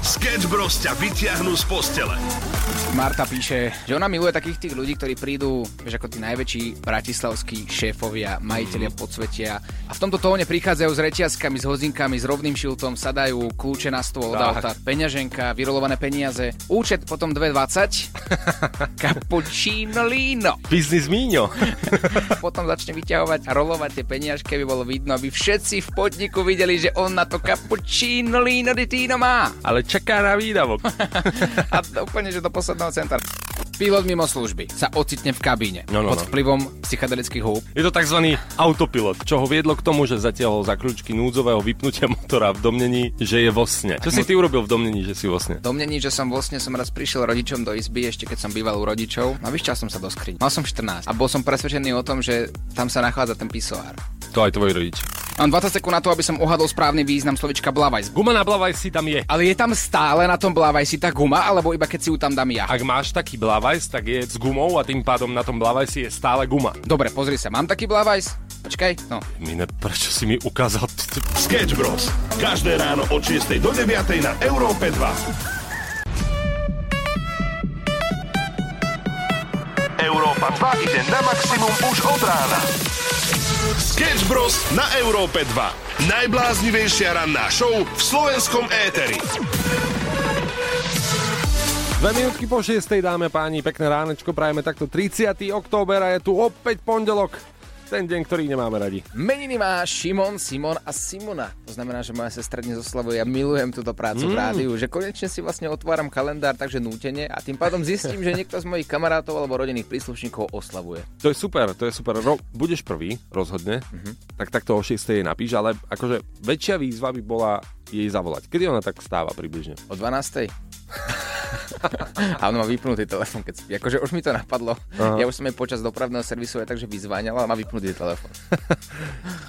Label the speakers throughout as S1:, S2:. S1: Sketch Bros ťa vyťahnú z postele.
S2: Marta píše, že ona miluje takých tých ľudí, ktorí prídu, vieš, ako tí najväčší bratislavskí šéfovia,
S3: Mhm.
S2: majiteľia podsvetia a v tomto tóne prichádzajú s reťazkami, s hozinkami, s rovným šiltom, sadajú kľúče na stôl od
S3: Tak.
S2: auta, peňaženka, vyrolované peniaze, účet potom 2,20, cappuccino lino.
S3: Biznis míňo.
S2: Potom začne vyťahovať a rolovať tie peniažky, aby bolo vidno, aby všetci v podniku videli, že on na to cappuccino lino di Tino má.
S3: Ale čaká na výdavok.
S2: A to úplne, že do posledného centra. Pilot mimo služby sa ocitne v kabíne
S3: No, no,
S2: pod
S3: no.
S2: vplyvom psychedelických húb.
S3: Je to tzv. autopilot, čo ho viedlo k tomu, že zatiahol za kľúčky núdzového vypnutia motora v domnení, že je vo sne. Čo si ty urobil v domnení, že si vo sne?
S2: Domnení, že som vlastne som raz prišiel rodičom do izby, ešte keď som býval u rodičov. No vyšťal som sa do skriň. Mal som 14 a bol som presvedčený o tom, že tam sa nachádza ten pisoár.
S3: To aj tvoji rodič.
S2: Mám 20 sekúnd na to, aby som uhadol správny význam slovička blavaj.
S3: Guma na blavaj si tam je.
S2: Ale je tam stále na tom blavaj si tá guma, alebo iba keď si ju tam dám ja?
S3: Ak máš taký blavajs, tak je s gumou a tým pádom na tom blavajsi je stále guma.
S2: Dobre, pozri sa, mám taký blavajs? Počkaj, no.
S3: Mine, prečo si mi ukázal? t- t-
S1: Sketch Bros. Každé ráno od 6 do 9 na Európe 2. Európa 2 ide na maximum už od rána. Sketch Bros. na Európe 2. Najbláznivejšia ranná show v slovenskom éteri.
S3: Dve minútky po šiestej dáme páni, pekné ránečko, prajeme takto 30. október a je tu opäť pondelok. Ten deň, ktorý nemáme radi.
S2: Meniny má Šimon, Simon a Simona. To znamená, že moja sestra dnes oslavuje. Ja milujem túto prácu v rádiu, že konečne si vlastne otváram kalendár, takže nútene a tým pádom zistím, že niekto z mojich kamarátov alebo rodinných príslušníkov oslavuje.
S3: To je super, to je super. Ro- budeš prvý, rozhodne.
S2: Mhm.
S3: Tak takto o 6. jej napíš, ale akože väčšia výzva by bola jej zavolať. Kedy ona tak stáva približne?
S2: O 12. a on má vypnutý telefon, keď spí. Akože už mi to napadlo. Ja už som jej počas dopravného servisu aj takže vyzváňal, ale má vypnutý telefon.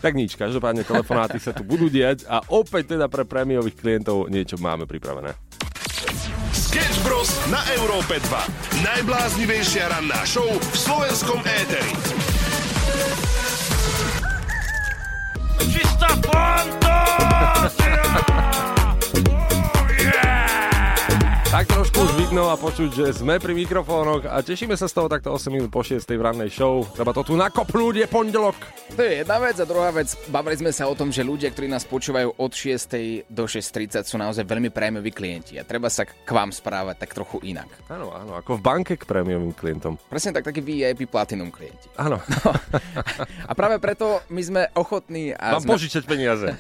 S3: Tak nič, každopádne telefonáty sa tu budú diať a opäť teda pre prémiových klientov niečo máme pripravené.
S1: Sketch Bros. na Európe 2. Najbláznivejšia ranná show v slovenskom éteri.
S4: Čistá fantázia! Oh, yeah!
S3: Tak trošku už vidno a počuť, že sme pri mikrofónoch a tešíme sa z toho takto 8 minút po 6. v rannej show. Treba to tu nakopnúť, je pondelok.
S2: To je jedna vec a druhá vec, bavili sme sa o tom, že ľudia, ktorí nás počúvajú od 6. do 6.30 sú naozaj veľmi prémioví klienti a treba sa k vám správať tak trochu inak.
S3: Áno, áno, ako v banke k prémiovým klientom.
S2: Presne tak, takí VIP Platinum klienti.
S3: Áno,
S2: A práve preto my sme ochotní a
S3: mám
S2: sme...
S3: požičať peniaze.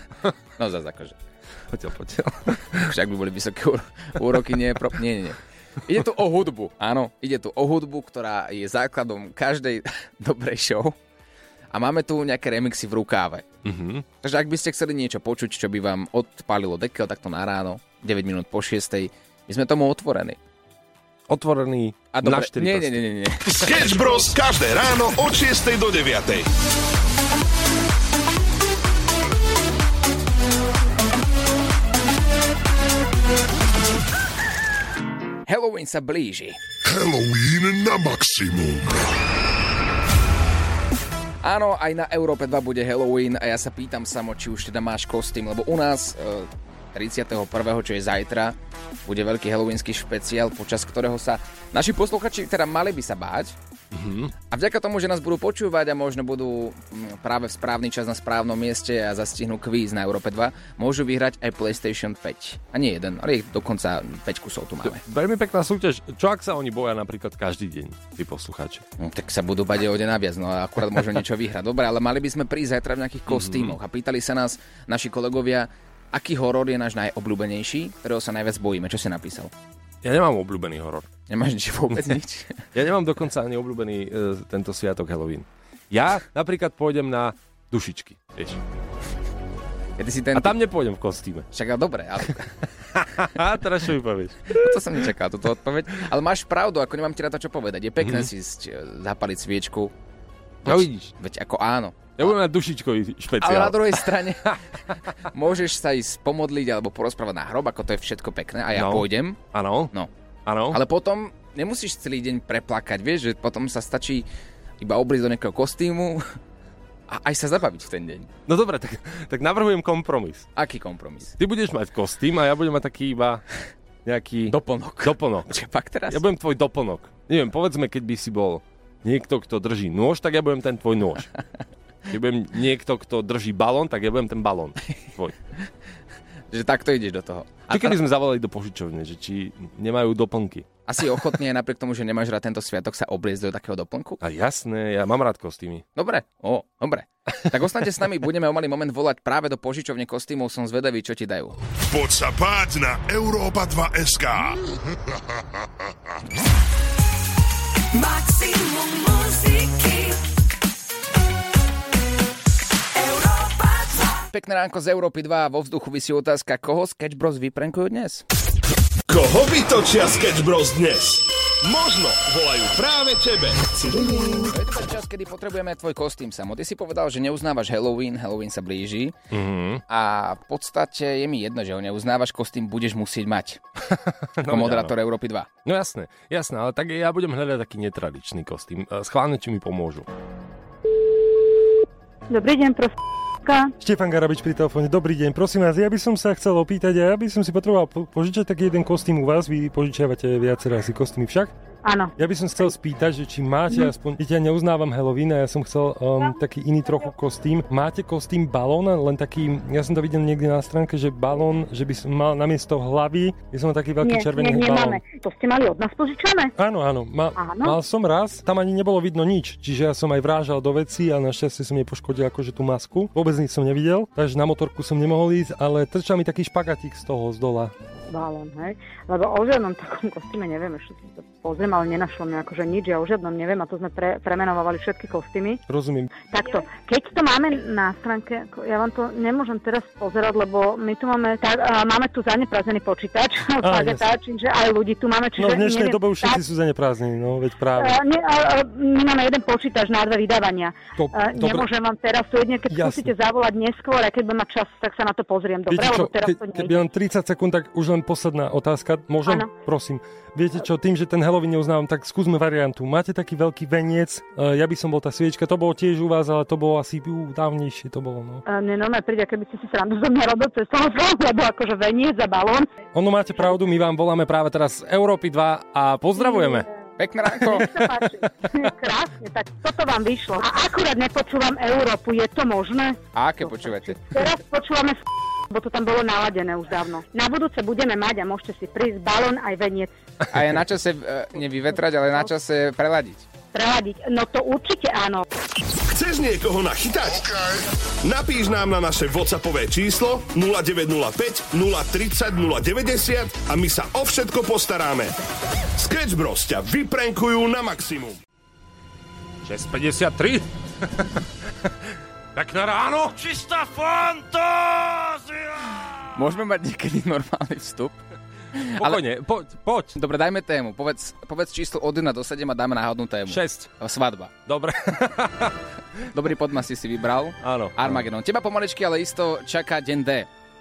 S2: No zase akože.
S3: Poďte, poďte.
S2: Však by boli vysoké úro- úroky, nie, pro... nie, nie, nie. Ide tu o hudbu, áno, ide tu o hudbu, ktorá je základom každej dobrej show. A máme tu nejaké remixy v rukáve.
S3: Mhm.
S2: Mm-hmm. Takže ak by ste chceli niečo počuť, čo by vám odpálilo dekel takto na ráno, 9 minút po 6, my sme tomu otvorení.
S3: Otvorený
S2: A dobre,
S3: na 4
S2: nie, nie, nie, nie, nie.
S1: Sketch Bros. každé ráno od 6 do 9.
S2: Halloween sa blíži.
S1: Halloween na maximum.
S2: Áno, aj na Európe 2 bude Halloween a ja sa pýtam samo, či už teda máš kostým, lebo u nás e, 31., čo je zajtra, bude veľký halloweenský špeciál, počas ktorého sa naši posluchači teda mali by sa báť. A vďaka tomu, že nás budú počúvať a možno budú mm, práve v správny čas na správnom mieste a zastihnú kvíz na Európe 2, môžu vyhrať aj PlayStation 5. A nie jeden, ale ich dokonca 5 kusov tu máme.
S3: Veľmi pekná súťaž. Čo ak sa oni boja napríklad každý deň, tí poslucháči?
S2: No, tak sa budú bať o deň naviac, no a akurát možno niečo vyhrať. Dobre, ale mali by sme prísť zajtra v nejakých kostýmoch a pýtali sa nás naši kolegovia, aký horor je náš najobľúbenejší, ktorého sa najviac bojíme. Čo si napísal?
S3: Ja nemám obľúbený horor.
S2: Nemáš nič vôbec nič?
S3: Ja nemám dokonca ani obľúbený e, tento sviatok Halloween. Ja napríklad pôjdem na dušičky. Vieš.
S2: Ja, ty si ten...
S3: A tam nepôjdem v kostýme.
S2: Však ale dobre, ale
S3: A teraz čo mi povieš?
S2: to som nečakal, túto odpoveď. Ale máš pravdu, ako nemám ti na to čo povedať. Je pekné si sť- zapaliť sviečku,
S3: No vidíš,
S2: veď ako áno.
S3: ja budem mať dušičkový
S2: Ale na
S3: špeciál.
S2: druhej strane môžeš sa ísť pomodliť alebo porozprávať na hrob, ako to je všetko pekné a ja
S3: No.
S2: pôjdem.
S3: Áno,
S2: No,
S3: áno.
S2: Ale potom nemusíš celý deň preplakať, vieš, že potom sa stačí iba obliť do nejakého kostýmu a aj sa zabaviť v ten deň.
S3: No dobre, tak, tak navrhujem kompromis.
S2: Aký kompromis?
S3: Ty budeš mať kostým a ja budem mať taký iba nejaký...
S2: Doplnok.
S3: Doplnok.
S2: Čo pak teraz?
S3: Ja budem tvoj doplnok. Neviem, povedzme, keď by si bol niekto, kto drží nôž, tak ja budem ten tvoj nôž. Keď budem niekto, kto drží balón, tak ja budem ten balón tvoj.
S2: Že takto ideš do toho.
S3: Či keby sme zavolali do požičovne, že či nemajú doplnky.
S2: Asi ochotný je napriek tomu, že nemáš rád tento sviatok sa obliecť do takého doplnku?
S3: A jasné, ja mám rád kostýmy.
S2: Dobre, o, dobre. Tak ostaňte s nami, budeme o malý moment volať práve do požičovne kostýmov, som zvedavý, čo ti dajú.
S1: Poď sa páť na Európa 2 SK.
S5: Maximum muziky. Europa 2.
S2: Pekné ránko z Európy 2, vo vzduchu vysí otázka, koho Sketch Bros vyprenkujú dnes?
S1: Koho vytočia Sketch Bros dnes? Možno volajú práve tebe.
S2: To je ten čas, kedy potrebujeme tvoj kostým samo. Ty si povedal, že neuznávaš Halloween, Halloween sa blíži mm-hmm. a v podstate je mi jedno, že ho neuznávaš, kostým budeš musieť mať. Ako
S3: veď
S2: moderátor Európy 2.
S3: No jasné, jasné, ale tak ja budem hľadať taký netradičný kostým. E, Schválne, či mi pomôžu.
S6: Dobrý deň, prosím.
S7: Štefan Garabič pri telefóne. Dobrý deň, prosím vás, ja by som sa chcel opýtať, a ja by som si potreboval po- požičať taký jeden kostým u vás, vy požičiavate viaceré asi kostýmy však.
S6: Áno.
S7: Ja by som chcel spýtať, že či máte
S6: Mhm.
S7: aspoň, viete, ja neuznávam Halloween a ja som chcel um, taký iný trochu kostým. Máte kostým balóna, len taký, ja som to videl niekde na stránke, že balón, že by som mal namiesto hlavy, by som mal taký veľký
S6: Nie,
S7: červený
S6: nie,
S7: balón.
S6: nemáme. To ste mali od nás požičané?
S7: Áno, áno, mal,
S6: Áno?
S7: mal som raz, tam ani nebolo vidno nič, čiže ja som aj vrážal do veci a našťastie som nepoškodil akože tú masku, vôbec nič som nevidel, takže na motorku som nemohol ísť, ale trčal mi taký špagatík z toho, z dola.
S6: Balón, hej. Lebo o žiadnom takom kostýme neviem, ešte si to pozriem, ale nenašlo mi akože nič, ja o žiadnom neviem a to sme pre, premenovali všetky kostýmy.
S7: Rozumiem.
S6: Takto, keď to máme na stránke, ako ja vám to nemôžem teraz pozerať, lebo my tu máme, tá, a máme tu zaneprázdnený počítač,
S7: Á,
S6: tá, čiže aj ľudí tu máme,
S7: No
S6: čiže
S7: v dnešnej
S6: neviem,
S7: dobe už všetci sú zaneprázdnení, no veď práve.
S6: Uh, nie, uh, my máme jeden počítač na dve vydávania.
S7: To-
S6: Uh,
S7: dobre.
S6: nemôžem vám teraz, to jedne, keď
S7: Jasne.
S6: skúsite zavolať neskôr, a keď budem mať čas, tak sa na to pozriem. Dobre, lebo teraz
S7: keď,
S6: to
S7: keď
S6: nie.
S7: mám 30 sekúnd, tak už len posledná otázka. Môžem?
S6: Áno.
S7: Prosím. Viete čo, tým, že ten Halloween neuznávam, tak skúsme variantu. Máte taký veľký veniec, e, ja by som bol tá sviečka, to bolo tiež u vás, ale to bolo asi ú, dávnejšie, to bolo, no.
S6: Uh, nie, normálne príde, keby ste si srandu zo mňa robil cez toho zlom, lebo akože veniec za balón.
S7: Ono máte pravdu, my vám voláme práve teraz z Európy 2 a pozdravujeme.
S2: Pekné
S7: No.
S2: ránko.
S6: Nech sa páči. Krásne, tak toto vám vyšlo. A akurát nepočúvam Európu, je to možné?
S2: A aké počúvate?
S6: Teraz počúvame s- bo to tam bolo naladené už dávno. Na budúce budeme mať a môžete si prísť balón aj veniec.
S2: A je na čase e, nevyvetrať, ale na čase preladiť.
S6: Preladiť. No to určite áno.
S1: Chceš niekoho nachytať? Okay. Napíš nám na naše WhatsAppové číslo 0905 030 090 a my sa o všetko postaráme. Sketch Bros ťa vyprenkujú na maximum.
S3: 6.53? Pekné ráno?
S4: Čistá fantázia!
S2: Môžeme mať niekedy normálny vstup?
S3: Pokojne, poď, poď.
S2: Dobre, dajme tému. Povedz, povedz číslo od 1 do 7 a dáme náhodnú tému.
S3: 6.
S2: Svadba.
S3: Dobre.
S2: Dobrý podmas si si vybral.
S3: Áno.
S2: Armagedon. Teba pomaličky, ale isto čaká deň D.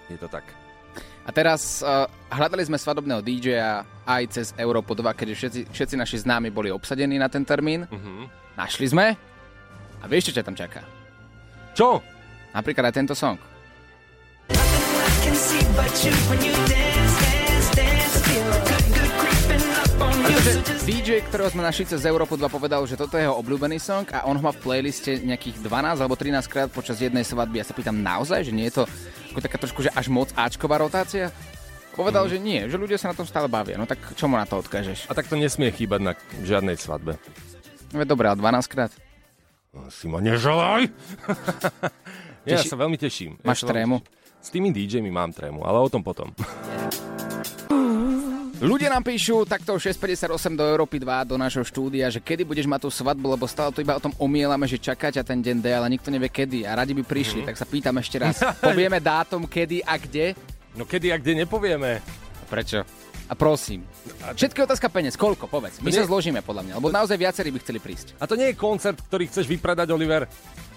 S3: Je to tak.
S2: A teraz uh, hľadali sme svadobného DJ-a aj cez Európu 2, keďže všetci, všetci naši známi boli obsadení na ten termín. Našli sme a vieš, čo ťa tam čaká.
S3: Čo?
S2: Napríklad aj tento song.
S5: I can see but you when you dance, dance, dance. I feel a good, good creeping up on you. So
S2: Pretože
S5: just
S2: DJ, ktorého sme našli cez Európu 2, povedal, že toto je jeho obľúbený song a on ho má v playliste nejakých 12 alebo 13 krát počas jednej svadby. Ja sa pýtam naozaj, že nie je to ako taká trošku, že až moc Ačková rotácia? Povedal, že nie, že ľudia sa na tom stále bavia. No tak čo mu na to odkážeš? No
S3: A tak to nesmie chýbať na žiadnej svadbe.
S2: Veď Dobre, ale 12 krát.
S3: Si ma neželaj! ja
S2: Teši-
S3: sa veľmi teším. Ja
S2: Máš
S3: sa veľmi
S2: trému?
S3: teším. S tými DJmi mám trému, ale o tom potom.
S2: Ľudia nám píšu takto 6.58 do Európy 2 do nášho štúdia, že kedy budeš mať tú svadbu, lebo stále to iba o tom omielame, že čaká ťa ten deň D, ale nikto nevie kedy a radi by
S3: Mhm.
S2: prišli, tak sa pýtam ešte raz. Povieme dátum, kedy a kde?
S3: No kedy a kde nepovieme.
S2: A prečo? A prosím. Všetky otázka peniaz, koľko, povedz. My
S3: To
S2: sa
S3: nie-
S2: zložíme podľa mňa, lebo naozaj viacerí by chceli prísť.
S3: A to nie je koncert, ktorý chceš vypredať, Oliver.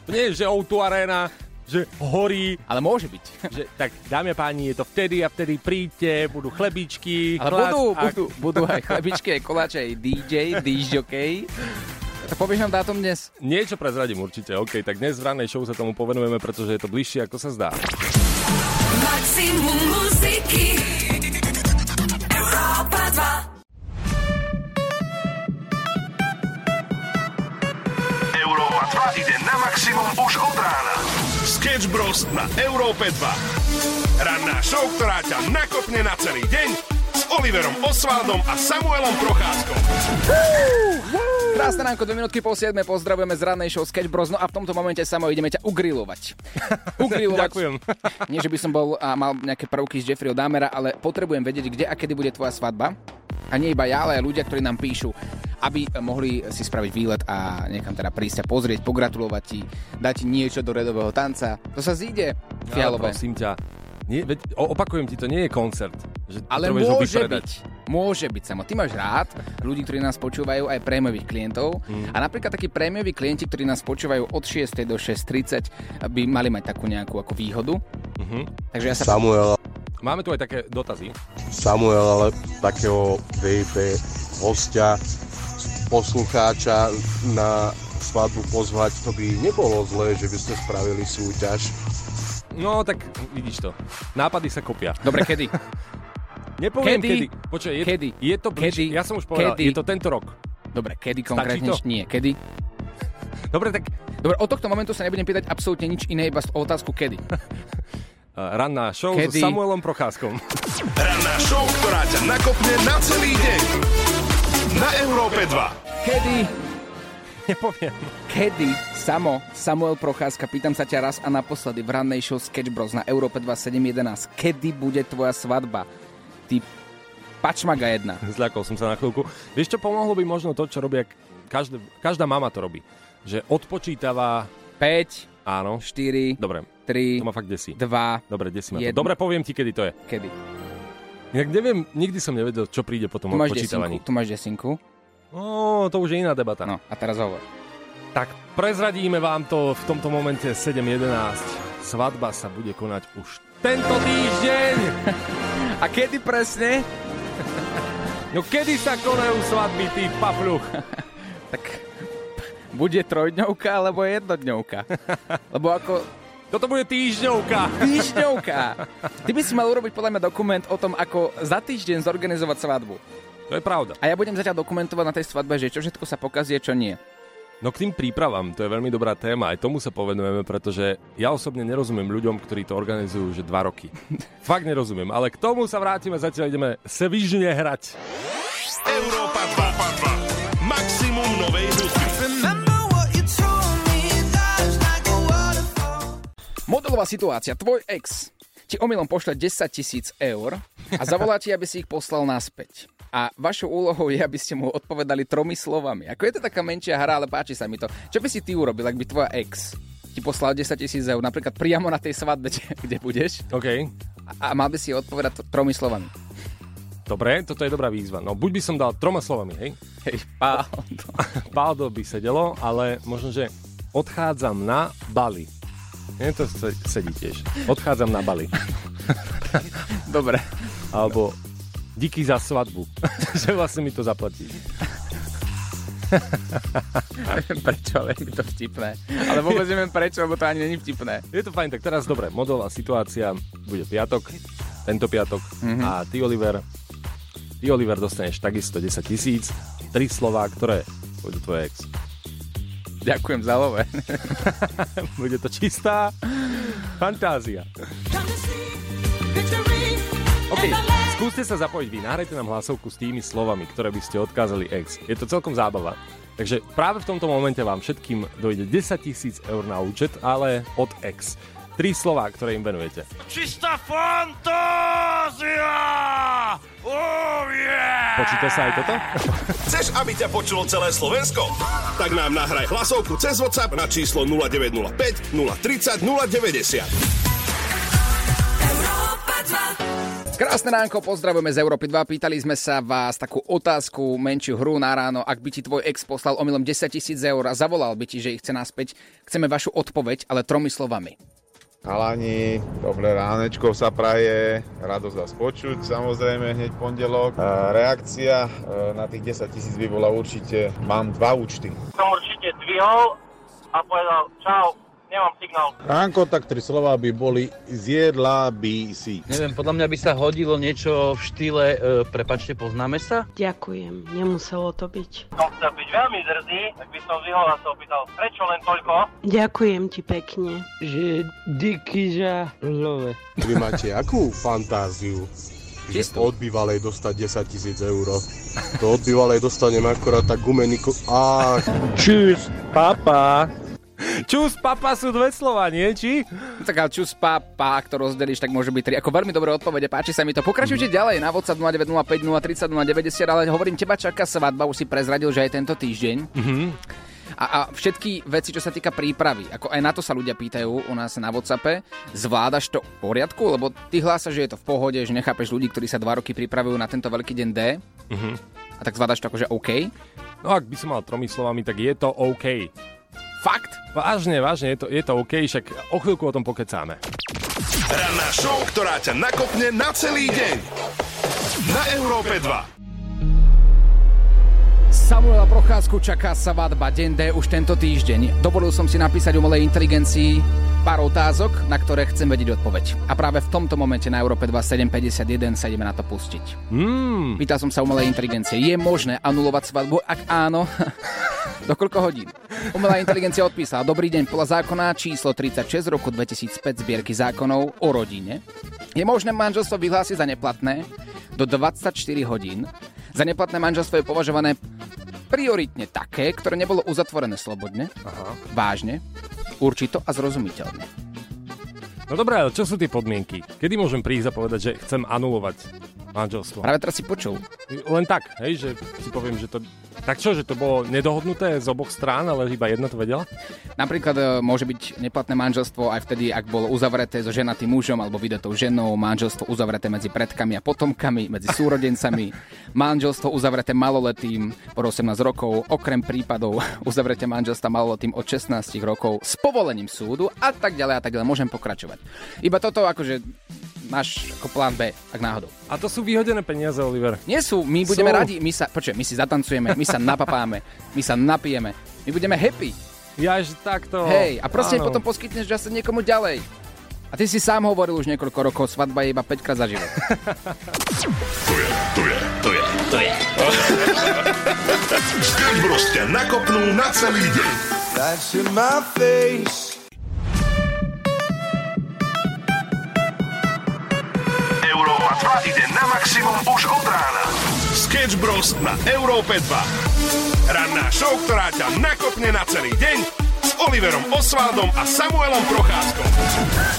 S3: To nie je, že O2 Arena, že horí,
S2: Ale môže byť.
S3: že tak dámy a páni, je to vtedy a vtedy príďte, budú chlebičky,
S2: Ale
S3: klas
S2: budú,
S3: a...
S2: budú, budú aj chlebičky, aj koláče, aj DJ, DJ, Tak povieš nám dátum dnes.
S3: Niečo prezradím určite, OK, tak dnes v ranej show sa tomu povenujeme, pretože je to bližšie, ako sa zdá.
S5: maximum muziky. Europa
S1: už od rána. Sketch Bros. na Európe 2. Ranná show, ktorá ťa nakopne na celý deň s Oliverom Osvaldom a Samuelom Procházkom.
S2: Krásne ránko, dve minútky po 7. Pozdravujeme z rannej show Sketch Bros. No a v tomto momente samo ideme ťa ugrilovať. Ugrilovať.
S7: Ďakujem.
S2: Nie, že by som bol a mal nejaké prvky z Jeffreyho Damera, ale potrebujem vedieť, kde a kedy bude tvoja svadba. A nie iba ja, ale aj ľudia, ktorí nám píšu, aby e, mohli si spraviť výlet a niekam teda prísť a pozrieť, pogratulovať ti, dať ti niečo do redového tanca. To sa zíde, fialové.
S3: prosím ťa. Nie, veď, o- opakujem ti, to nie je koncert. Že
S2: Ale
S3: potrebuješ ho
S2: môže
S3: vypredať.
S2: byť. Môže byť samo. Ty máš rád ľudí, ktorí nás počúvajú, aj prémiových klientov. A
S3: Mm.
S2: napríklad takí prémioví klienti, ktorí nás počúvajú od 6. do 6.30, by mali mať takú nejakú ako výhodu.
S3: Mhm.
S2: Takže ja sa...
S8: Samuel,
S3: Máme tu aj také dotazy.
S8: Samuel, ale takého VIP hostia, poslucháča na svadbu pozvať, to by nebolo zlé, že by ste spravili súťaž.
S3: No, tak vidíš to. Nápady sa kopia.
S2: Dobre, kedy?
S3: Nepoviem
S2: Kedy?
S3: kedy. Počkaj, je,
S2: Kedy?
S3: je to bliž,
S2: Kedy?
S3: Ja som už povedal,
S2: Kedy?
S3: je to tento rok.
S2: Dobre, kedy konkrétne?
S3: to?
S2: Nie, kedy?
S3: Dobre, tak eh,
S2: Dobre, od tohto momentu sa nebudem pýtať absolútne nič iné, iba o otázku kedy.
S3: eh, ranná show
S2: Kedy?
S3: s Samuelom Procházkom.
S1: Ranná show, ktorá ťa nakopne na celý deň. Na Európe 2.
S2: Kedy?
S7: Nepoviem.
S2: Kedy? Samo, Samuel Procházka, pýtam sa ťa raz a naposledy v rannej show Sketch Bros. na Európe 2711. Kedy bude tvoja svadba? Ty pačmaga jedna.
S3: Zľakol som sa na chvíľku. Vieš čo, pomohlo by možno to, čo robia... Každá, každá mama to robí. Že odpočítava...
S2: 5,
S3: Áno.
S2: 4,
S3: Dobre, to
S2: 3,
S3: ma fakt desí.
S2: 2,
S3: Dobre, desí ma to.
S2: Jedno.
S3: Dobre, poviem ti, kedy to je.
S2: kedy?
S3: Inak neviem, nikdy som nevedel, čo príde po
S2: Tu
S3: tom
S2: máš desinku,
S3: odpočítavaní.
S2: tu máš desinku.
S3: No, to už je iná debata.
S2: No, a teraz hovor.
S3: Tak prezradíme vám to v tomto momente 7.11. Svadba sa bude konať už tento týždeň.
S2: A kedy presne?
S3: No kedy sa konajú svadby, ty papľuch?
S2: Tak bude trojdňovka alebo jednodňovka. Lebo ako
S3: Toto bude týždňovka.
S2: týždňovka. Ty by si mal urobiť podľa mňa dokument o tom, ako za týždeň zorganizovať svadbu.
S3: To je pravda.
S2: A ja budem zatiaľ dokumentovať na tej svadbe, že čo všetko sa pokazí a čo nie.
S3: No k tým prípravám, to je veľmi dobrá téma, aj tomu sa povenujeme, pretože ja osobne nerozumiem ľuďom, ktorí to organizujú že dva roky. Fakt nerozumiem, ale k tomu sa vrátime, zatiaľ ideme sevižne hrať.
S1: Európa 2. Maximum novej hudby.
S5: Remember what you told me, life's like a waterfall.
S2: Modelová situácia. Tvoj ex ti omylom pošle 10 tisíc eur a zavolá ti, aby si ich poslal naspäť. A vašou úlohou je, aby ste mu odpovedali tromi slovami. Ako je to taká menšia hra, ale páči sa mi to. Čo by si ty urobil, ak by tvoja ex ti poslal 10 tisíc eur, napríklad priamo na tej svadbe, kde- kde budeš,
S3: OK,
S2: a, a mal by si jej odpovedať t- tromi slovami.
S3: dobre, toto je dobrá výzva. No buď by som dal troma slovami, hej?
S2: Hej, pá.
S3: Paldo by sedelo, ale možno, že odchádzam na Bali. Nie, to se- sedí tiež. Odchádzam na Bali.
S2: Dobre.
S3: Alebo díky za svadbu, že vlastne mi to zaplatí.
S2: Neviem prečo, ale je mi to vtipné. Ale vôbec neviem prečo, lebo to ani není vtipné.
S3: Je to fajn, tak teraz dobre, modelová situácia bude piatok, tento piatok mm-hmm. a ty Oliver, ty Oliver dostaneš takisto 10 tisíc, tri slová, ktoré pôjdu tvoje ex.
S2: Ďakujem za love.
S3: Bude to čistá fantázia. OK, skúste sa zapojiť vy, nahrajte nám hlasovku s tými slovami, ktoré by ste odkázali ex. Je to celkom zábava. Takže práve v tomto momente vám všetkým dojde 10 tisíc eur na účet, ale od ex. Tri slová, ktoré im venujete.
S4: Čistá fantázia! Oh yeah!
S3: Počíta sa aj toto?
S1: Chceš, aby ťa počulo celé Slovensko? Tak nám nahraj hlasovku cez WhatsApp na číslo 0905 030 090.
S2: Krásne ránko, pozdravujeme z Európy 2. Pýtali sme sa vás takú otázku, menšiu hru na ráno. Ak by ti tvoj ex poslal omylom 10 tisíc eur a zavolal by ti, že ich chce naspäť, chceme vašu odpoveď, ale tromi slovami.
S9: Alani, dobré ránečko sa praje, radosť vás počuť, samozrejme hneď pondelok. E, Reakcia e, na tých 10 tisíc by bola určite, mám dva účty.
S10: som určite dvihol a povedal, čau, nemám signál.
S8: Ránko, tak tri slova by boli zjedla by si.
S11: Neviem, podľa mňa by sa hodilo niečo v štýle, e, prepačte, poznáme sa?
S12: Ďakujem, nemuselo to byť.
S10: Som chcel byť veľmi drzý, tak by som vyhol a sa opýtal, prečo len toľko?
S12: Ďakujem ti pekne. Že diky love.
S8: Vy máte akú fantáziu? Že od bývalej dostať 10 tisíc eur. To od bývalej dostanem akorát tak gumeníku. A... Čus, papa.
S3: Čus, papa sú dve slova, nie? Či?
S2: Tak ale čus, papa, ak to rozdelíš, tak môže byť tri. Ako veľmi dobré odpovede, páči sa mi to. Pokračujte ďalej na WhatsApp 0905 030 090, ale hovorím, teba čaká svadba, už si prezradil, že aj tento týždeň.
S3: Mhm.
S2: A, a všetky veci, čo sa týka prípravy, ako aj na to sa ľudia pýtajú u nás na Whatsappe, zvládaš to v poriadku? Lebo ty hlásaš, že je to v pohode, že nechápeš ľudí, ktorí sa dva roky pripravujú na tento veľký deň D.
S3: Mhm.
S2: A tak zvládaš to akože OK?
S3: No ak by som mal tromi slovami, tak je to OK. Fakt? Vážne, vážne, je to, je to OK, však o chvíľku o tom pokecáme.
S1: Ranná show, ktorá ťa nakopne na celý deň. Na Európe 2.
S2: Samuela Procházku čaká svadba deň D už tento týždeň. Dovolil som si napísať umelej inteligencii pár otázok, na ktoré chcem vedieť odpoveď. A práve v tomto momente na Európe 2751 sa ideme na to pustiť.
S3: Mm.
S2: Pýtal som sa umelej inteligencie, je možné anulovať svadbu? Ak áno, do koľko hodín? Umelá inteligencia odpísala, dobrý deň, podľa zákona číslo 36 roku 2005 zbierky zákonov o rodine. Je možné manželstvo vyhlásiť za neplatné do 24 hodín. Za neplatné manželstvo je považované prioritne také, ktoré nebolo uzatvorené slobodne,
S3: Aha.
S2: vážne, určito a zrozumiteľne.
S3: No dobré, ale čo sú tie podmienky? Kedy môžem prísť a povedať, že chcem anulovať manželstvo?
S2: Práve teraz si počul.
S3: Len tak, hej, že si poviem, že to... Tak čo, že to bolo nedohodnuté z oboch strán, ale iba jedna to vedela?
S2: Napríklad e, môže byť neplatné manželstvo aj vtedy, ak bolo uzavreté so ženatým mužom alebo vydatou ženou, manželstvo uzavreté medzi predkami a potomkami, medzi súrodencami, manželstvo uzavreté maloletým po 18 rokov, okrem prípadov uzavreté manželstva maloletým od 16 rokov s povolením súdu a tak ďalej a tak ďalej. Môžem pokračovať. Iba toto akože máš ako plán B, ak náhodou.
S3: A to sú vyhodené peniaze, Oliver.
S2: Nie sú, my budeme
S3: Sú.
S2: radi, my sa, počuaj, my si zatancujeme, my sa napapáme, my sa napijeme, my budeme happy.
S3: Ja, že takto.
S2: Hej, a proste
S3: Áno.
S2: potom poskytneš zase niekomu ďalej. A ty si sám hovoril už niekoľko rokov, svadba je iba 5 krát za život.
S1: Tu je, tu je, tu je. Sketchbros ťa nakopnú na celý deň.
S5: Lights in my face.
S1: Európa 2 ide na maximum už od rána. Sketch Bros. na Európe 2. Ranná show, ktorá ťa nakopne na celý deň s Oliverom Osvaldom a Samuelom Procházkom.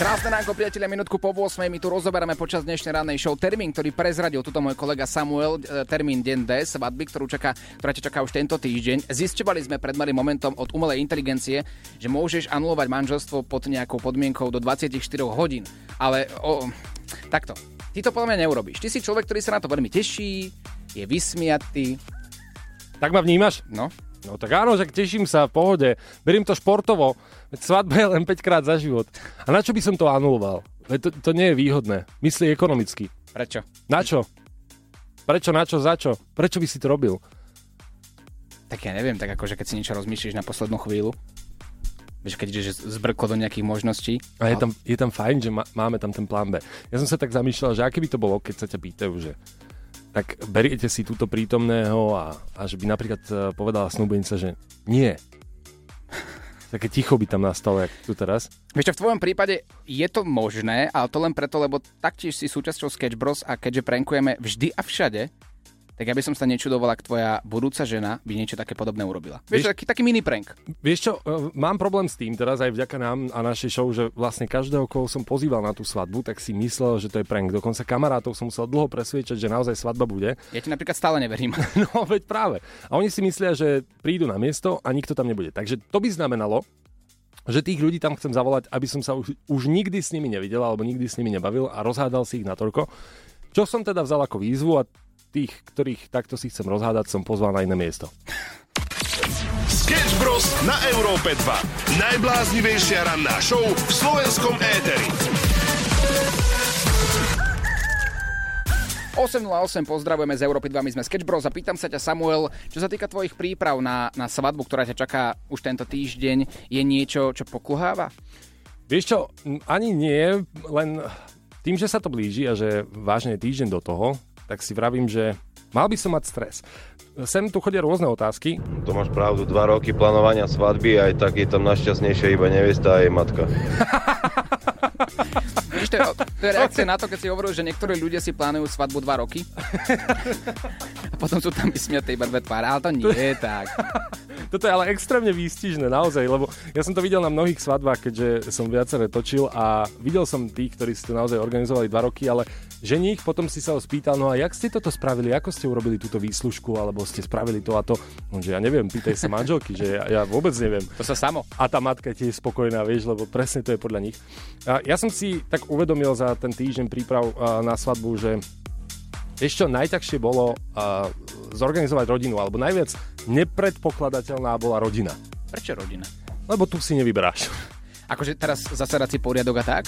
S2: Krásne ránko, priatelia, minútku po 8. My tu rozoberáme počas dnešnej rannej show termín, ktorý prezradil tuto môj kolega Samuel, e, termín deň D, svadby, ktorú čaká, ktorá ťa čaká už tento týždeň. Zisťovali sme pred malým momentom od umelej inteligencie, že môžeš anulovať manželstvo pod nejakou podmienkou do 24 hodín. Ale o, takto, ty to podľa mňa neurobiš. Ty si človek, ktorý sa na to veľmi teší, je vysmiatý.
S3: Tak ma vnímaš?
S2: No.
S3: No tak áno, že teším sa, v pohode. Beriem to športovo. Veď svadba je len 5 krát za život. A na čo by som to anuloval? Veď to, to nie je výhodné. Myslí ekonomicky.
S2: Prečo?
S3: Na čo? Prečo, na čo, za čo? Prečo by si to robil?
S2: Tak ja neviem, tak akože keď si niečo rozmýšľaš na poslednú chvíľu, vieš, keď ideš zbrklo do nejakých možností.
S3: A je tam, je tam fajn, že ma, máme tam ten plán B. Ja som sa tak zamýšľal, že aké by to bolo, keď sa ťa pýtajú, že tak beriete si túto prítomného a, a že by napríklad e, povedala snúbenica, že nie. Také ticho by tam nastalo, jak tu teraz.
S2: Vieš čo, v tvojom prípade je to možné, ale to len preto, lebo taktiež si súčasťou Sketch Bros a keďže prankujeme vždy a všade, tak ja by som sa nečudoval, ak tvoja budúca žena by niečo také podobné urobila. Vieš,
S3: Vieš-
S2: taký, taký mini prank.
S3: Vieš čo, e, mám problém s tým teraz aj vďaka nám a našej show, že vlastne každého, koho som pozýval na tú svadbu, tak si myslel, že to je prank. Dokonca kamarátov som musel dlho presviečať, že naozaj svadba bude.
S2: Ja ti napríklad stále neverím.
S3: No veď práve. A oni si myslia, že prídu na miesto a nikto tam nebude. Takže to by znamenalo, že tých ľudí tam chcem zavolať, aby som sa už, už nikdy s nimi nevidel alebo nikdy s nimi nebavil a rozhádal si ich natoľko. Čo som teda vzal ako výzvu a tých, ktorých takto si chcem rozhádať, som pozval na iné miesto.
S1: Sketch Bros. na Európe 2. Najbláznivejšia ranná show v slovenskom éteri.
S2: 808, pozdravujeme z Európy 2, my sme Sketch Bros a pýtam sa ťa Samuel, čo sa týka tvojich príprav na, na svadbu, ktorá ťa čaká už tento týždeň, je niečo, čo pokuháva?
S3: Vieš čo, m, ani nie, len tým, že sa to blíži a že vážne je týždeň do toho, tak si vravím, že mal by som mať stres. Sem tu chodia rôzne otázky.
S13: To máš pravdu, dva roky plánovania svadby, aj tak je tam našťastnejšia iba nevesta a jej matka.
S2: Vidíš, to je, to je reakcia na to, keď si hovoril, že niektorí ľudia si plánujú svadbu dva roky a potom sú tam vysmiaté iba dve tváre, ale to nie je tak.
S3: Toto je ale extrémne výstižné, naozaj, lebo ja som to videl na mnohých svadbách, keďže som viaceré točil a videl som tých, ktorí si to naozaj organizovali dva roky, ale ženich potom si sa ho spýtal, no a jak ste toto spravili, ako ste urobili túto výslužku, alebo ste spravili to a to. On, že ja neviem, pýtaj sa manželky, že ja, ja vôbec neviem.
S2: To sa samo.
S3: A tá matka je tiež spokojná, vieš, lebo presne to je podľa nich. A ja som si tak uvedomil za ten týždeň príprav a, na svadbu, že Vieš čo, najťažšie bolo uh, zorganizovať rodinu, alebo najviac nepredpokladateľná bola rodina.
S2: Prečo rodina?
S3: Lebo tu si nevyberáš.
S2: Akože teraz zasadací poriadok a tak?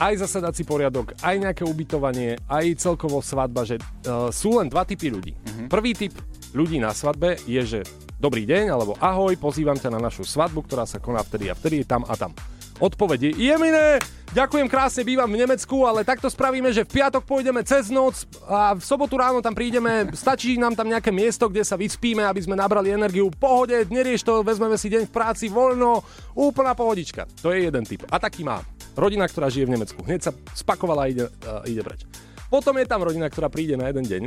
S3: Aj zasadací poriadok, aj nejaké ubytovanie, aj celkovo svadba, že uh, sú len dva typy ľudí. Uh-huh. Prvý typ ľudí na svadbe je, že dobrý deň, alebo ahoj, pozývam ťa na našu svadbu, ktorá sa koná vtedy a vtedy, tam a tam. Odpovede, jemine, ďakujem krásne, bývam v Nemecku, ale takto spravíme, že v piatok pôjdeme cez noc a v sobotu ráno tam prídeme, stačí nám tam nejaké miesto, kde sa vyspíme, aby sme nabrali energiu, pohode, nerieš to, vezmeme si deň v práci, voľno, úplná pohodička. To je jeden typ. A taký má. Rodina, ktorá žije v Nemecku. Hneď sa spakovala a ide, uh, ide preč. Potom je tam rodina, ktorá príde na jeden deň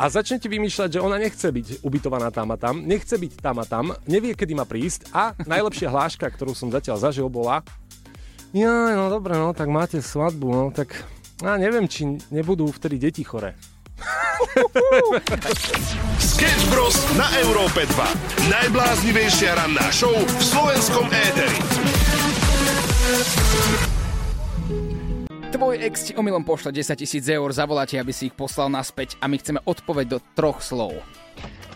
S3: a začnete vymýšľať, že ona nechce byť ubytovaná tam a tam, nechce byť tam a tam, nevie, kedy má prísť a najlepšia hláška, ktorú som zatiaľ zažil, bola Ja, no dobre, no tak máte svadbu, no tak ja neviem, či nebudú vtedy deti chore.
S1: Sketch Bros. na Európe 2. Najbláznivejšia ranná show v slovenskom éteri.
S2: Tvoj ex ti omylom pošle 10 tisíc eur, zavoláte, aby si ich poslal naspäť a my chceme odpoveď do troch slov.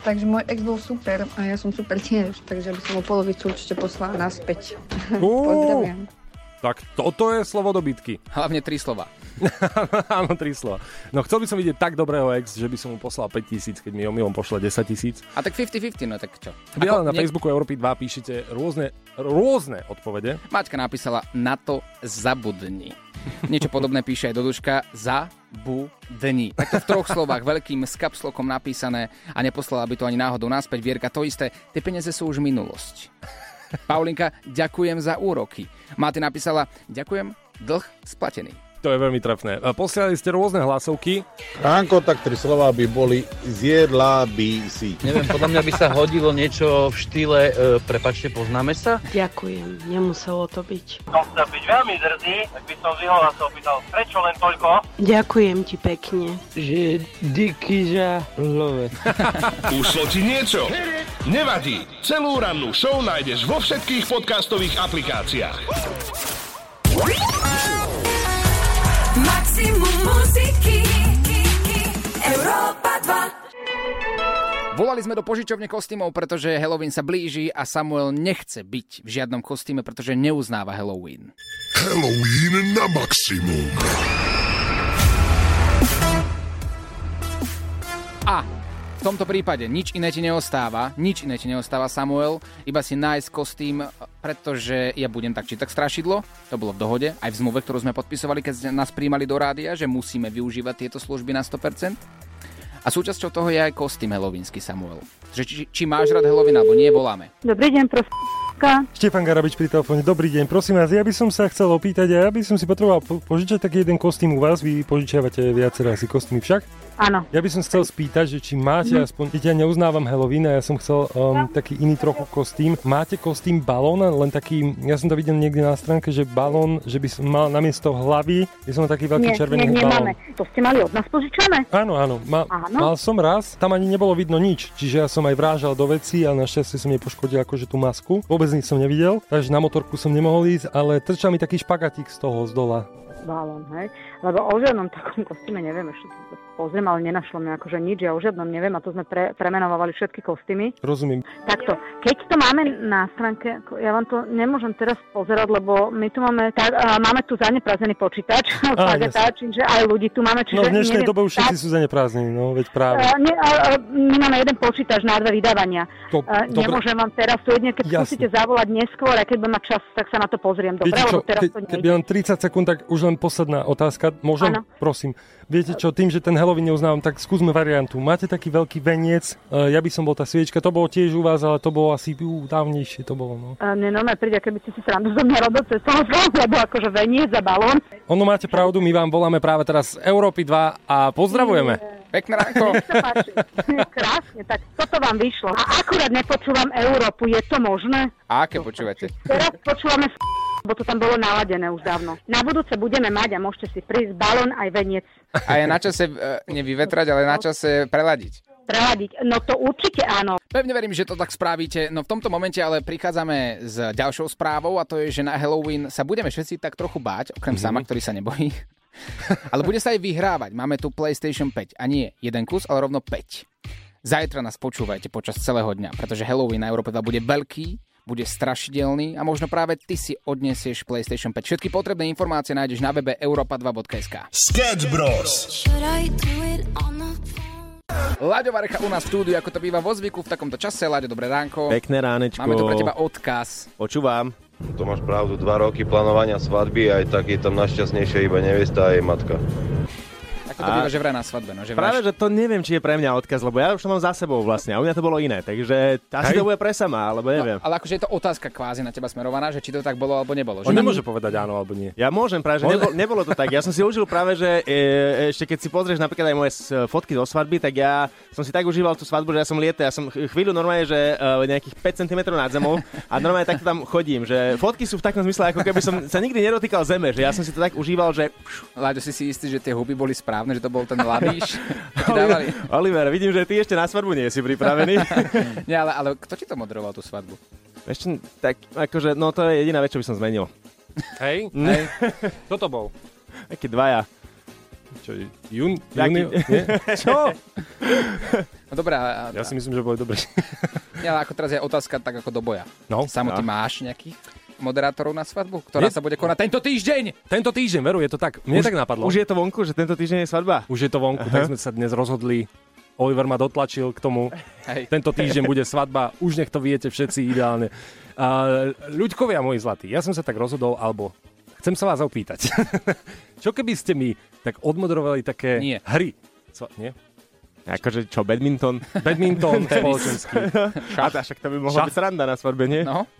S14: Takže môj ex bol super a ja som super tiež, takže by som mu polovicu určite poslala naspäť.
S3: Uú.
S14: Pozdravujem.
S3: Tak toto je slovo do bitky.
S2: Hlavne tri slova.
S3: Áno, tri slova. No chcel by som vidieť tak dobrého ex, že by som mu poslal 5 tisíc, keď mi omylom pošle 10 tisíc.
S2: A tak 50-50, no tak čo?
S3: Vy ale
S2: Ako
S3: na
S2: niek-
S3: Facebooku Európy 2 píšete rôzne, rôzne odpovede.
S2: Maťka napísala, na to zabudni. Niečo podobné píše aj Doduška, za bu dni. Takto v troch slovách, veľkým s kapslokom napísané a neposlala by to ani náhodou naspäť. Vierka, to isté, tie peniaze sú už minulosť. Paulinka, ďakujem za úroky. Máte napísala, ďakujem, dlh splatený.
S3: To je veľmi trefné. A Posielali ste rôzne hlasovky.
S9: Ránko, tak tri slova by boli zjedla by si.
S11: Neviem, podľa mňa by sa hodilo niečo v štýle e, prepačte, poznáme sa?
S12: Ďakujem, nemuselo to byť.
S10: Som chcel byť veľmi drzý, tak by som vyhol a sa opýtal, prečo len toľko?
S12: Ďakujem ti pekne. Že dikyža love.
S1: Ušlo ti niečo? Nevadí. Celú rannú show nájdeš vo všetkých podcastových aplikáciách.
S5: Maximum muziky. Európa 2.
S2: Volali sme do požičovne kostýmov, pretože Halloween sa blíži a Samuel nechce byť v žiadnom kostýme, pretože neuznáva Halloween.
S15: Halloween na maximum.
S2: A v tomto prípade nič iné ti neostáva, nič iné ti neostáva Samuel, iba si nájsť kostým, pretože ja budem tak či tak strašidlo, to bolo v dohode, aj v zmluve, ktorú sme podpisovali, keď ste nás príjmali do rádia, že musíme využívať tieto služby na 100%. A súčasťou toho je aj kostým helovínsky Samuel. Že či, či máš rád Halloween alebo nie, voláme.
S6: Dobrý deň, prof.
S7: Štefan Garabič pri telefóne, dobrý deň, prosím vás, ja by som sa chcel opýtať, ja by som si potreboval po- požičať taký jeden kostým u vás, vy požičiavate viacero asi kostýmy však?
S6: Áno.
S7: Ja by som chcel spýtať, že či máte
S6: Mhm. No.
S7: aspoň, keď ja neuznávam Halloween a ja som chcel um, taký iný trochu kostým, máte kostým balón, len taký, ja som to videl niekde na stránke, že balón, že by som mal namiesto hlavy, je som mal taký veľký
S6: Nie,
S7: červený
S6: nie, nemáme.
S7: balón.
S6: To ste mali od nás požičané?
S7: Áno, áno. Ma,
S6: Áno.
S7: mal som raz, tam ani nebolo vidno nič, čiže ja som aj vrážal do veci, ale našťastie som nepoškodil akože tú masku. Vôbec nič som nevidel, takže na motorku som nemohol ísť, ale trčal mi taký špagatík z toho, z dola.
S6: balón, hej. Lebo o žiadnom takom kostýme neviem, ešte si to pozriem, ale nenašlo mi akože nič, ja o žiadnom neviem a to sme pre, premenovali všetky kostýmy.
S7: Rozumiem.
S6: Takto, keď to máme na stránke, ako ja vám to nemôžem teraz pozerať, lebo my tu máme, tá, a máme tu zaneprázdnený počítač,
S7: Á,
S6: zagatá, čiže aj ľudí tu máme, čiže
S7: No v dnešnej
S6: neviem,
S7: dobe už všetci sú zaneprázdnení, no veď
S6: E,
S7: práve.
S6: Ne, a, a, my máme jeden počítač na dve vydávania.
S7: To-
S6: E, Nemôžem vám teraz tu jedne, keď
S7: Jasne.
S6: musíte zavolať neskôr, a keď budem mať čas, tak sa na to pozriem. Dobre,
S7: Viete čo,
S6: lebo teraz
S7: ke,
S6: to nie.
S7: keby len 30 sekúnd, tak už len posledná otázka. Môžem?
S6: Áno.
S7: Prosím. Viete čo, tým, že ten Halloween neuznávam, tak skúsme variantu. Máte taký veľký veniec, e, ja by som bol tá sviečka, to bolo tiež u vás, ale to bolo asi ú, dávnejšie, to bolo, no.
S6: E, Ne, normálne príde, keby ste si srandu zo mňa robil cez telefón, lebo akože venie za balón.
S7: Ono máte pravdu, my vám voláme práve teraz z Európy 2 a pozdravujeme.
S2: Pekné ránko.
S6: Krásne, tak toto vám vyšlo. A akurát nepočúvam Európu, je to možné?
S2: A aké počúvate?
S6: Teraz počúvame s***, lebo to tam bolo naladené už dávno. Na budúce budeme mať a môžete si prísť balón aj veniec.
S2: A je na čase e, nevyvetrať, ale na čase preladiť.
S6: preladiť. No to určite áno.
S2: Pevne verím, že to tak spravíte. No v tomto momente ale prichádzame s ďalšou správou a to je, že na Halloween sa budeme všetci tak trochu báť, okrem mm-hmm. sama, ktorý sa nebojí. ale bude sa aj vyhrávať. Máme tu PlayStation 5 a nie jeden kus, ale rovno 5. Zajtra nás počúvajte počas celého dňa, pretože Halloween na Európe 2 bude veľký, bude strašidelný a možno práve ty si odnesieš PlayStation 5. Všetky potrebné informácie nájdeš na webe europa2.sk.
S1: Sketch Bros.
S2: Láďo Varecha u nás v štúdiu, ako to býva vo zvyku v takomto čase. Láďo, dobré ránko.
S13: Pekné ránečko.
S2: Máme tu pre teba odkaz.
S13: Počúvam. To máš pravdu, dva roky plánovania svadby, aj tak je tam našťastnejšie iba nevesta a jej matka.
S2: Ako to
S16: A-
S2: býva, že vraj na svadbe, no, že
S16: Práve,
S2: vraj...
S16: že to neviem, či je pre mňa odkaz, lebo ja už to mám za sebou vlastne a u mňa to bolo iné, takže asi
S2: Hej.
S16: to bude pre sama, alebo neviem.
S2: Ale akože je to otázka kvázi na teba smerovaná, že či to tak bolo alebo nebolo. Že
S16: On nemôže
S3: povedať áno alebo nie.
S16: Ja môžem, práve, že
S2: Môže-
S16: nebol, nebolo to tak. Ja som si užil práve, že e, ešte keď si pozrieš napríklad aj moje s- fotky zo svadby, tak ja som si tak užíval tú svadbu, že ja som liete, ja som ch- chvíľu normálne, že e, nejakých 5 cm nad zemou a normálne takto tam chodím, že fotky sú v takom zmysle, ako keby som sa nikdy nedotýkal zeme, že ja som si to tak užíval, že...
S2: Láďo, si si istý, že tie huby boli správne, že to bol ten lavíš? Ti dávali.
S16: Oliver, vidím, že ty ešte na svadbu nie si pripravený.
S2: Nie, ale, ale kto ti to moderoval tú svadbu?
S16: Ešte tak, akože, no to je jediná vec, čo by som zmenil.
S3: Hej,
S16: Ne.
S3: hej. Kto to bol?
S16: Takí dvaja.
S3: Čo, jun,
S16: Taký-
S3: junior? Nie?
S16: Čo?
S2: No dobré, a, a,
S3: Ja si myslím, že boli dobré.
S2: nie, ale ako teraz je otázka tak ako do boja.
S3: No.
S2: Samo,
S3: Ja.
S2: ty máš nejakých moderátorov na svadbu, ktorá
S3: Nie.
S2: sa bude konať tento týždeň?
S3: Tento týždeň, veru, je to tak. Mne
S16: Už-
S3: tak napadlo.
S16: Už je to vonku, že tento týždeň je svadba?
S3: Už je to vonku,
S16: Aha.
S3: tak sme sa dnes rozhodli. Oliver ma dotlačil k tomu.
S2: Hej.
S3: Tento týždeň bude svadba, už nech to viete všetci ideálne. A, ľuďkovia moji zlatí, ja som sa tak rozhodol, alebo chcem sa vás opýtať. Čo keby ste mi tak odmoderovali také
S2: Nie.
S3: hry? Co, nie?
S16: Akože čo, badminton?
S3: Badminton
S16: Tenis.
S3: spoločenský.
S16: A tá, však to by mohla
S3: Šach.
S16: byť sranda na svadbe, nie?
S2: No.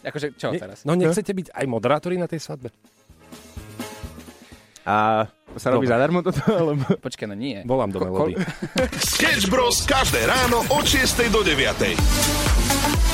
S2: Akože čo
S3: Nie-
S2: teraz?
S3: No nechcete byť aj moderátori na tej svadbe?
S16: A to sa robí
S3: Dobre.
S16: zadarmo toto? Alebo...
S2: Počkaj, no nie.
S3: Volám do Melody.
S1: Sketch Bros. každé ráno od 6 do 9.